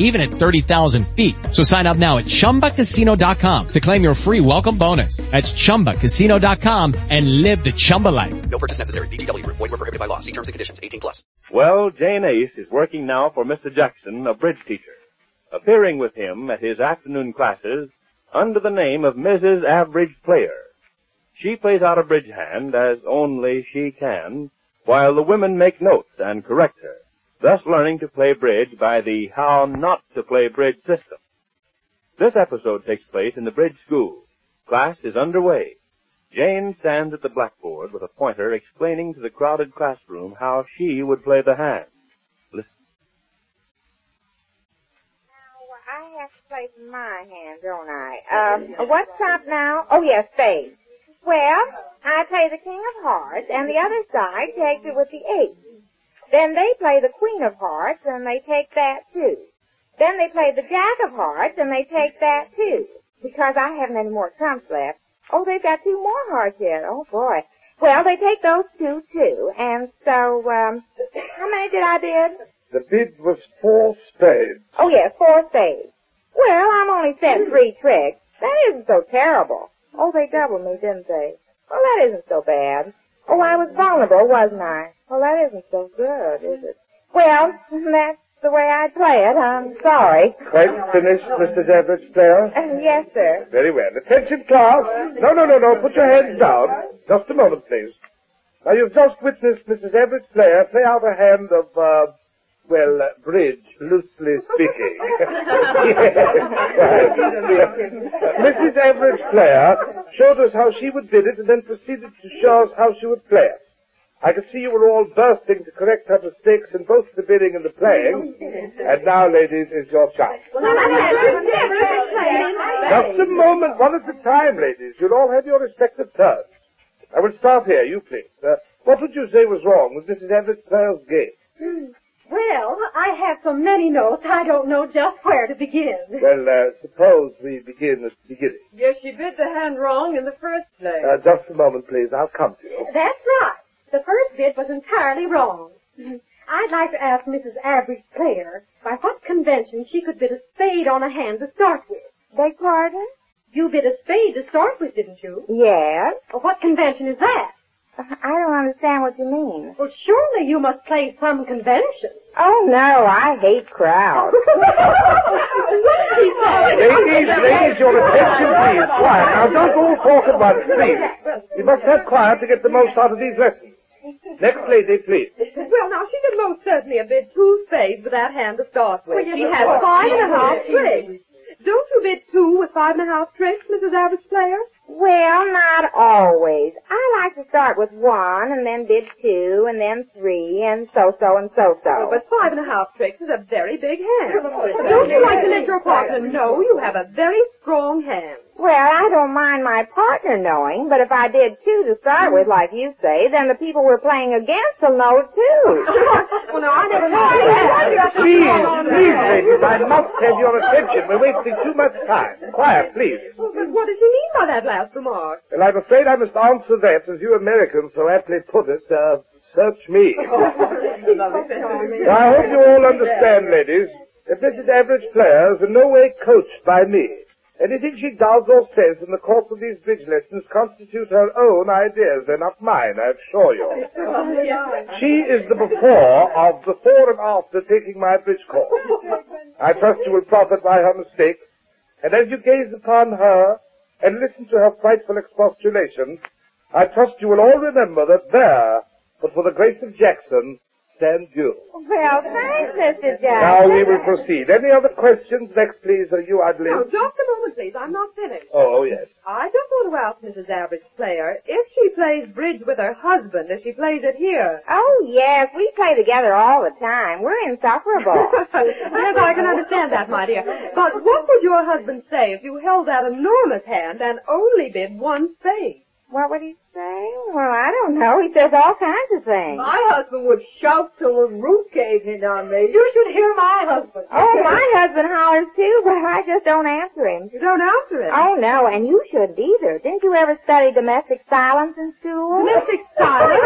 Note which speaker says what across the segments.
Speaker 1: even at 30,000 feet. So sign up now at ChumbaCasino.com to claim your free welcome bonus. That's ChumbaCasino.com and live the Chumba life.
Speaker 2: No purchase necessary. BGW. Void were prohibited by law. See terms and conditions. 18 plus.
Speaker 3: Well, Jane Ace is working now for Mr. Jackson, a bridge teacher, appearing with him at his afternoon classes under the name of Mrs. Average Player. She plays out a bridge hand as only she can, while the women make notes and correct her, thus learning to play bridge by the how not to play bridge system. This episode takes place in the bridge school. Class is underway. Jane stands at the blackboard with a pointer explaining to the crowded classroom how she would play the hand.
Speaker 4: Now, I have to play with my hand, don't I? Um, what's up now? Oh, yes, spades. Well, I play the king of hearts, and the other side takes it with the eight. Then they play the queen of hearts, and they take that too. Then they play the jack of hearts, and they take that too. Because I haven't any more trumps left. Oh, they've got two more hearts yet. Oh boy. Well, they take those two too. And so, um, how many did I bid?
Speaker 5: The bid was four spades.
Speaker 4: Oh yes, four spades. Well, I'm only set
Speaker 6: Hmm.
Speaker 4: three tricks. That isn't so terrible. Oh, they doubled me, didn't they? Well, that isn't so bad. Oh, I was vulnerable, wasn't I? Well, that isn't so good, is it? Well, that's the way I play it. I'm sorry.
Speaker 5: Quite finished, Mr. Average Player?
Speaker 4: yes, sir.
Speaker 5: Very well. Attention, class. No, no, no, no. Put your hands down. Just a moment, please. Now, you've just witnessed Mrs. Average Player play out a hand of, uh, well, uh, bridge, loosely speaking. Yes. Mrs. Average Player uh, showed us how she would bid it and then proceeded to show us how she would play it. I could see you were all bursting to correct her mistakes in both the bidding and the playing. And now, ladies, is your chance. Just a moment, one at a time, ladies. You'll all have your respective turns. I will start here, you please. Uh, what would you say was wrong with Mrs. Everett Pearl's game?
Speaker 6: Well, I have so many notes, I don't know just where to begin.
Speaker 5: Well, uh, suppose we begin at the beginning.
Speaker 7: Yes, she bid the hand wrong in the first place.
Speaker 5: Uh, just a moment, please. I'll come to you.
Speaker 6: That's right. The first bid was entirely wrong. I'd like to ask Mrs. Average Player by what convention she could bid a spade on a hand to start with.
Speaker 4: Beg pardon?
Speaker 6: You bid a spade to start with, didn't you?
Speaker 4: Yes.
Speaker 6: Well, what convention is that?
Speaker 4: I don't understand what you mean.
Speaker 6: Well, surely you must play some convention.
Speaker 4: Oh no, I hate crowds.
Speaker 5: Ladies, ladies, your attention, please. Quiet. Now, don't all talk at once, please. You must have quiet to get the most out of these lessons. Next lady, please.
Speaker 7: Well, now, she could most certainly have bid two spades with that hand to start with.
Speaker 6: yes,
Speaker 7: she
Speaker 6: of
Speaker 7: has
Speaker 6: course.
Speaker 7: five and a half tricks. Don't you bid two with five and a half tricks, Mrs. Average Player?
Speaker 4: Well, not always. I like to start with one and then bid two and then three and so so and so so.
Speaker 7: But five and a half tricks is a very big hand. Don't you like to let your partner know you have a very strong hand?
Speaker 4: well, I don't mind my partner knowing, but if I did two to start with, like you say, then the people we're playing against will know too.
Speaker 7: Well, now, I never know.
Speaker 5: Please, please, ladies, I must have your attention. We're wasting too much time. Quiet, please.
Speaker 7: But what does she mean by that last remark?
Speaker 5: Well, I'm afraid I must answer that, as you Americans so aptly put it, uh, search me.
Speaker 7: Oh,
Speaker 5: Now, I hope you all understand, ladies, that Mrs. Average Player is in no way coached by me. Anything she does or says in the course of these bridge lessons constitutes her own ideas. They're not mine, I assure you. She is the before of before and after taking my bridge course. I trust you will profit by her mistakes. And as you gaze upon her and listen to her frightful expostulations, I trust you will all remember that there but for the grace of Jackson, stand due.
Speaker 4: Well, thanks, Mr. Jackson.
Speaker 5: Now we will proceed. Any other questions next, please, or you, Adeline?
Speaker 7: Now, just a moment, please. I'm not finished.
Speaker 5: Oh, yes.
Speaker 7: I just want to ask Mrs. Average Player if she plays bridge with her husband, if she plays it here.
Speaker 4: Oh, yes, we play together all the time. We're insufferable.
Speaker 7: yes, I can understand that, my dear. But what would your husband say if you held that enormous hand and only bid one spade?
Speaker 4: what would he say? Well, I don't know. He says all kinds of things.
Speaker 7: My husband would shout till the roof caved in on me. You should hear my husband.
Speaker 4: Oh, my husband hollers too, but I just don't answer him.
Speaker 7: You don't answer it.
Speaker 4: Oh, no, and you shouldn't either. Didn't you ever study domestic silence in school?
Speaker 7: Mystic silence.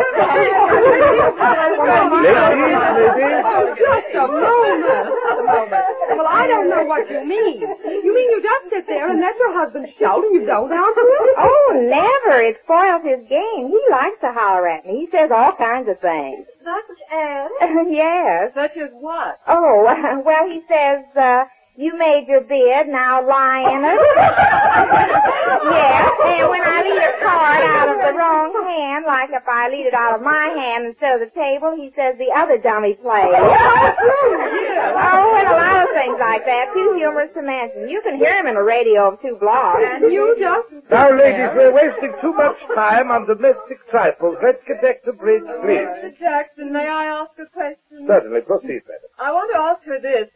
Speaker 5: Ladies, ladies.
Speaker 7: Oh, just a moment. Just a moment. Well, I don't know what you mean. You mean you just sit there and let your husband shout and you don't answer him?
Speaker 4: Oh, never. It spoils his game. He likes to holler at me. He says all kinds of things.
Speaker 7: Such as?
Speaker 4: yes.
Speaker 7: Such as what?
Speaker 4: Oh, well, he says, uh, you made your bed, now lie in it. yes, and when I lead a card out of the wrong hand, like if I lead it out of my hand instead of the table, he says the other dummy plays. oh, and a lot of things like that, too humorous to mention. You can hear him in the radio of two blocks.
Speaker 7: And you just...
Speaker 5: Now, ladies, we're wasting too much time on domestic trifles. Let's get back to bridge, please.
Speaker 7: Mr. Jackson, may I ask a question?
Speaker 5: Certainly, proceed, madam.
Speaker 7: I want to ask her this.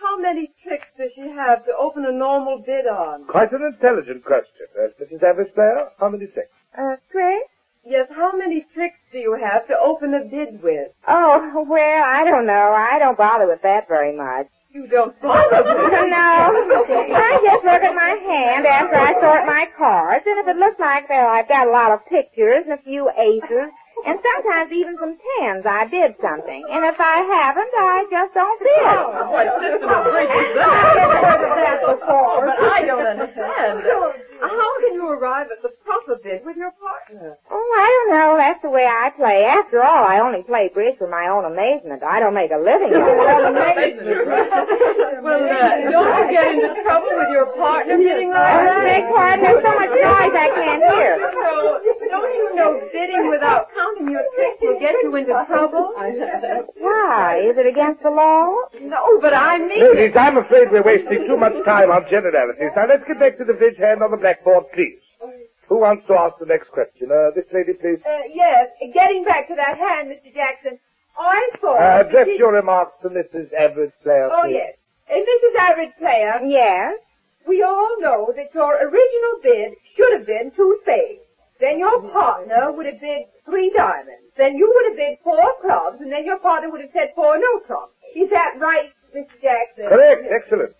Speaker 7: How many tricks does she have to open a normal bid on?
Speaker 5: Quite an intelligent question. Uh, Mrs. Average Player, how many seconds?
Speaker 4: Uh, Chris?
Speaker 7: Yes, how many tricks do you have to open a bid with?
Speaker 4: Oh, well, I don't know. I don't bother with that very much.
Speaker 7: You don't bother with
Speaker 4: No. I just look at my hand after I sort my cards, and if it looks like that I've got a lot of pictures and a few aces, and sometimes even some tens, I bid something. And if I haven't, I just don't Oh, bid.
Speaker 7: Oh, I've heard of that before, but I don't understand. How can you arrive at the proper bid with your partner?
Speaker 4: Oh, I don't know. That's the way I play. After all, I only play bridge for my own amazement. I don't make a living. at it.
Speaker 7: well, uh, don't you get into trouble with your partner bidding like that?
Speaker 4: Beg pardon, there's so much noise I can't hear.
Speaker 7: So, don't you know bidding without counting your tricks will get you into trouble?
Speaker 4: Why? Is it against the law?
Speaker 7: No, but I mean it.
Speaker 5: Ladies, I'm afraid we're wasting too much time on generalities. Now, let's get back to the bridge hand on the blackboard, please. Who wants to ask the next question? Uh, this lady, please.
Speaker 7: Uh, yes, getting back to that hand, Mr. Jackson, I thought...
Speaker 5: Uh, address your remarks to Mrs. Average Player,
Speaker 7: Oh,
Speaker 5: please.
Speaker 7: yes. And Mrs. Average Player,
Speaker 4: Yes.
Speaker 7: we all know that your original bid should have been two spades. Then your partner would have bid three diamonds. Then you would have bid four clubs, and then your partner would have said four no clubs. Is that right, Mr. Jackson?
Speaker 5: Correct. Excellent.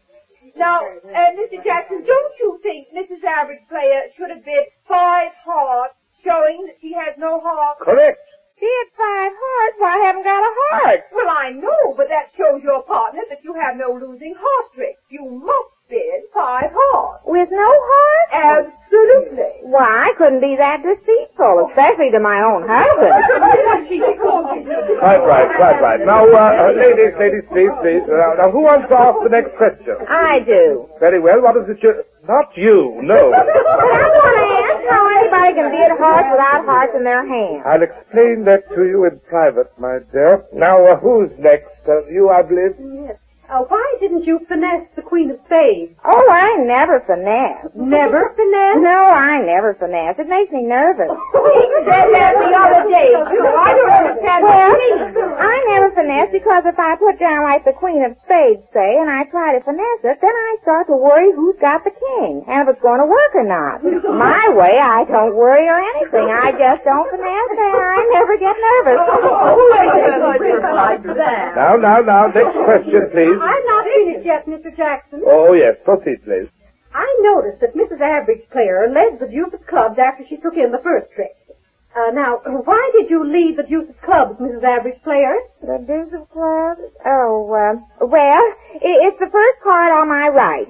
Speaker 7: Now, uh, Mr. Jackson, don't you think Mrs. Average Player should have bid five hearts, showing that she has no heart?
Speaker 5: Correct.
Speaker 4: She had five hearts. Why, I haven't got a heart.
Speaker 7: Well, I know, but that shows your partner that you have no losing heart trick. You must bid five hearts.
Speaker 4: With no heart?
Speaker 7: Absolutely.
Speaker 4: Why, I couldn't be that deceitful, especially to my own husband.
Speaker 5: Quite right, quite right. Now, uh, uh, ladies, ladies, please, please. Uh, now, who wants to ask the next question?
Speaker 4: I do.
Speaker 5: Very well. What is it you... Not you, no.
Speaker 4: But I want to ask how anybody can bid hearts without hearts in their hands.
Speaker 5: I'll explain that to you in private, my dear. Now, uh, who's next? Uh, you, I believe.
Speaker 4: uh,
Speaker 6: Oh, why didn't you finesse the Queen of Spades?
Speaker 4: Oh, I never finesse.
Speaker 6: Never finesse?
Speaker 4: No, I never finesse. It makes me nervous.
Speaker 7: Said that the other day, too. I don't understand
Speaker 4: Well,
Speaker 7: what you mean.
Speaker 4: I never finesse because if I put down like the Queen of Spades, say, and I try to finesse it, then I start to worry who's got the king and if it's going to work or not. My way, I don't worry or anything. I just don't finesse and I never get nervous.
Speaker 7: Oh,
Speaker 5: Now, now, now, next question, please.
Speaker 6: I'm not finished yet, Mr. Jackson.
Speaker 5: Oh, yes, proceed, please.
Speaker 6: I noticed that Mrs. Average Player led the deuce of clubs after she took in the first trick. Uh, now, why did you lead the deuce of clubs, Mrs. Average Player?
Speaker 4: The Deuce of Clubs? Oh, uh, well, it, it's the first card on my right.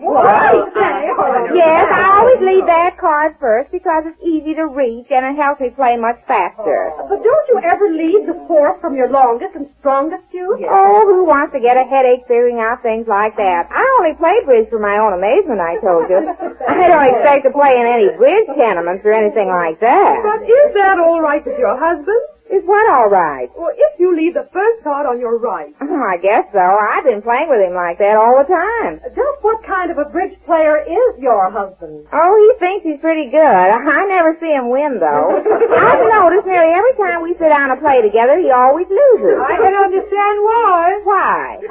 Speaker 4: Yes, I always leave that card first because it's easy to reach and it helps me play much faster.
Speaker 6: But don't you ever lead the fourth from your longest and strongest deuce?
Speaker 4: Oh, who wants to get a headache figuring out things like that? I only play bridge for my own amazement, I told you. I don't expect to play in any bridge tournaments or anything like that.
Speaker 7: But is that all right with your husband?
Speaker 4: Is what all right?
Speaker 7: Well, if you leave the first thought on your right,
Speaker 4: Oh, I guess so. I've been playing with him like that all the time.
Speaker 7: just what kind of a bridge player is your husband?
Speaker 4: Oh, he thinks he's pretty good. I never see him win, though. I've noticed nearly every time we sit down and play together, he always loses.
Speaker 7: I can understand why.
Speaker 4: Why?
Speaker 5: Ah,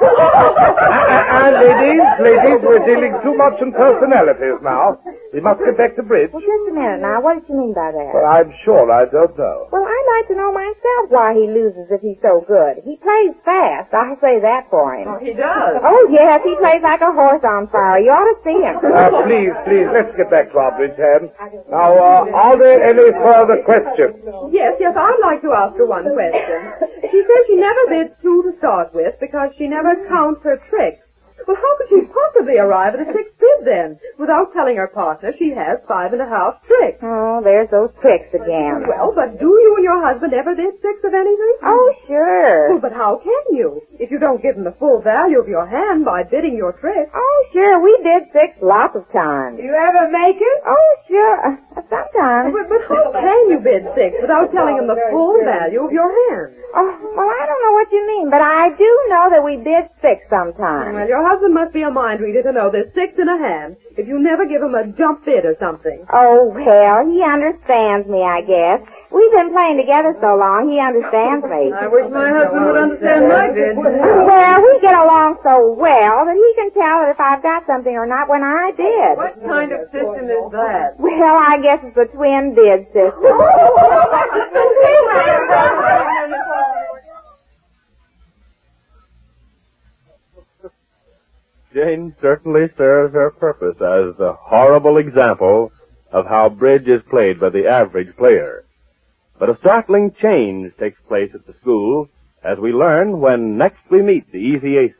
Speaker 5: ah, ladies, ladies, we're dealing too much in personalities now. We must get back to bridge.
Speaker 4: Well, just a minute now. What did you mean by that?
Speaker 5: Well, I'm sure I don't know.
Speaker 4: Well, I'd like to know myself why he loses if he's so good. He plays fast. I'll say that for him.
Speaker 7: He does.
Speaker 4: Oh, yes, he plays like a horse on fire. You ought to see him.
Speaker 5: Uh, please, please, let's get back to our bridge hand. Now, uh, are there any further questions?
Speaker 7: Yes, yes, I'd like to ask her one question. She says she never bids two to start with because she never counts her tricks. Well, how could she possibly arrive at a sixth bid then without telling her partner she has five and a half tricks?
Speaker 4: Oh, there's those tricks again.
Speaker 7: Well, but do you and your husband ever bid six of anything?
Speaker 4: Oh, sure.
Speaker 7: Well, but how can you if you don't give him the full value of your hand by bidding your trick?
Speaker 4: Oh, sure. We did six lots of times.
Speaker 7: You ever make it?
Speaker 4: Oh, sure. Uh, sometimes.
Speaker 7: But, but how can you bid six without telling him the full value of your hand?
Speaker 4: Oh, well, I don't know what you mean, but I do know that we bid six sometimes.
Speaker 7: Well, your husband must be a mind reader to know there's six in a hand if you never give him a jump bid or something.
Speaker 4: Oh, well, he understands me, I guess. We've been playing together so long, he understands me.
Speaker 7: I wish my husband would understand my bid.
Speaker 4: Well, we get along so well that he can tell that if I've got something or not when I did.
Speaker 7: What kind of system is that?
Speaker 4: Well, I guess it's the twin bid system.
Speaker 7: Oh,
Speaker 3: Jane certainly serves her purpose as the horrible example of how bridge is played by the average player. But a startling change takes place at the E school as we learn when next we meet the Easy Aces.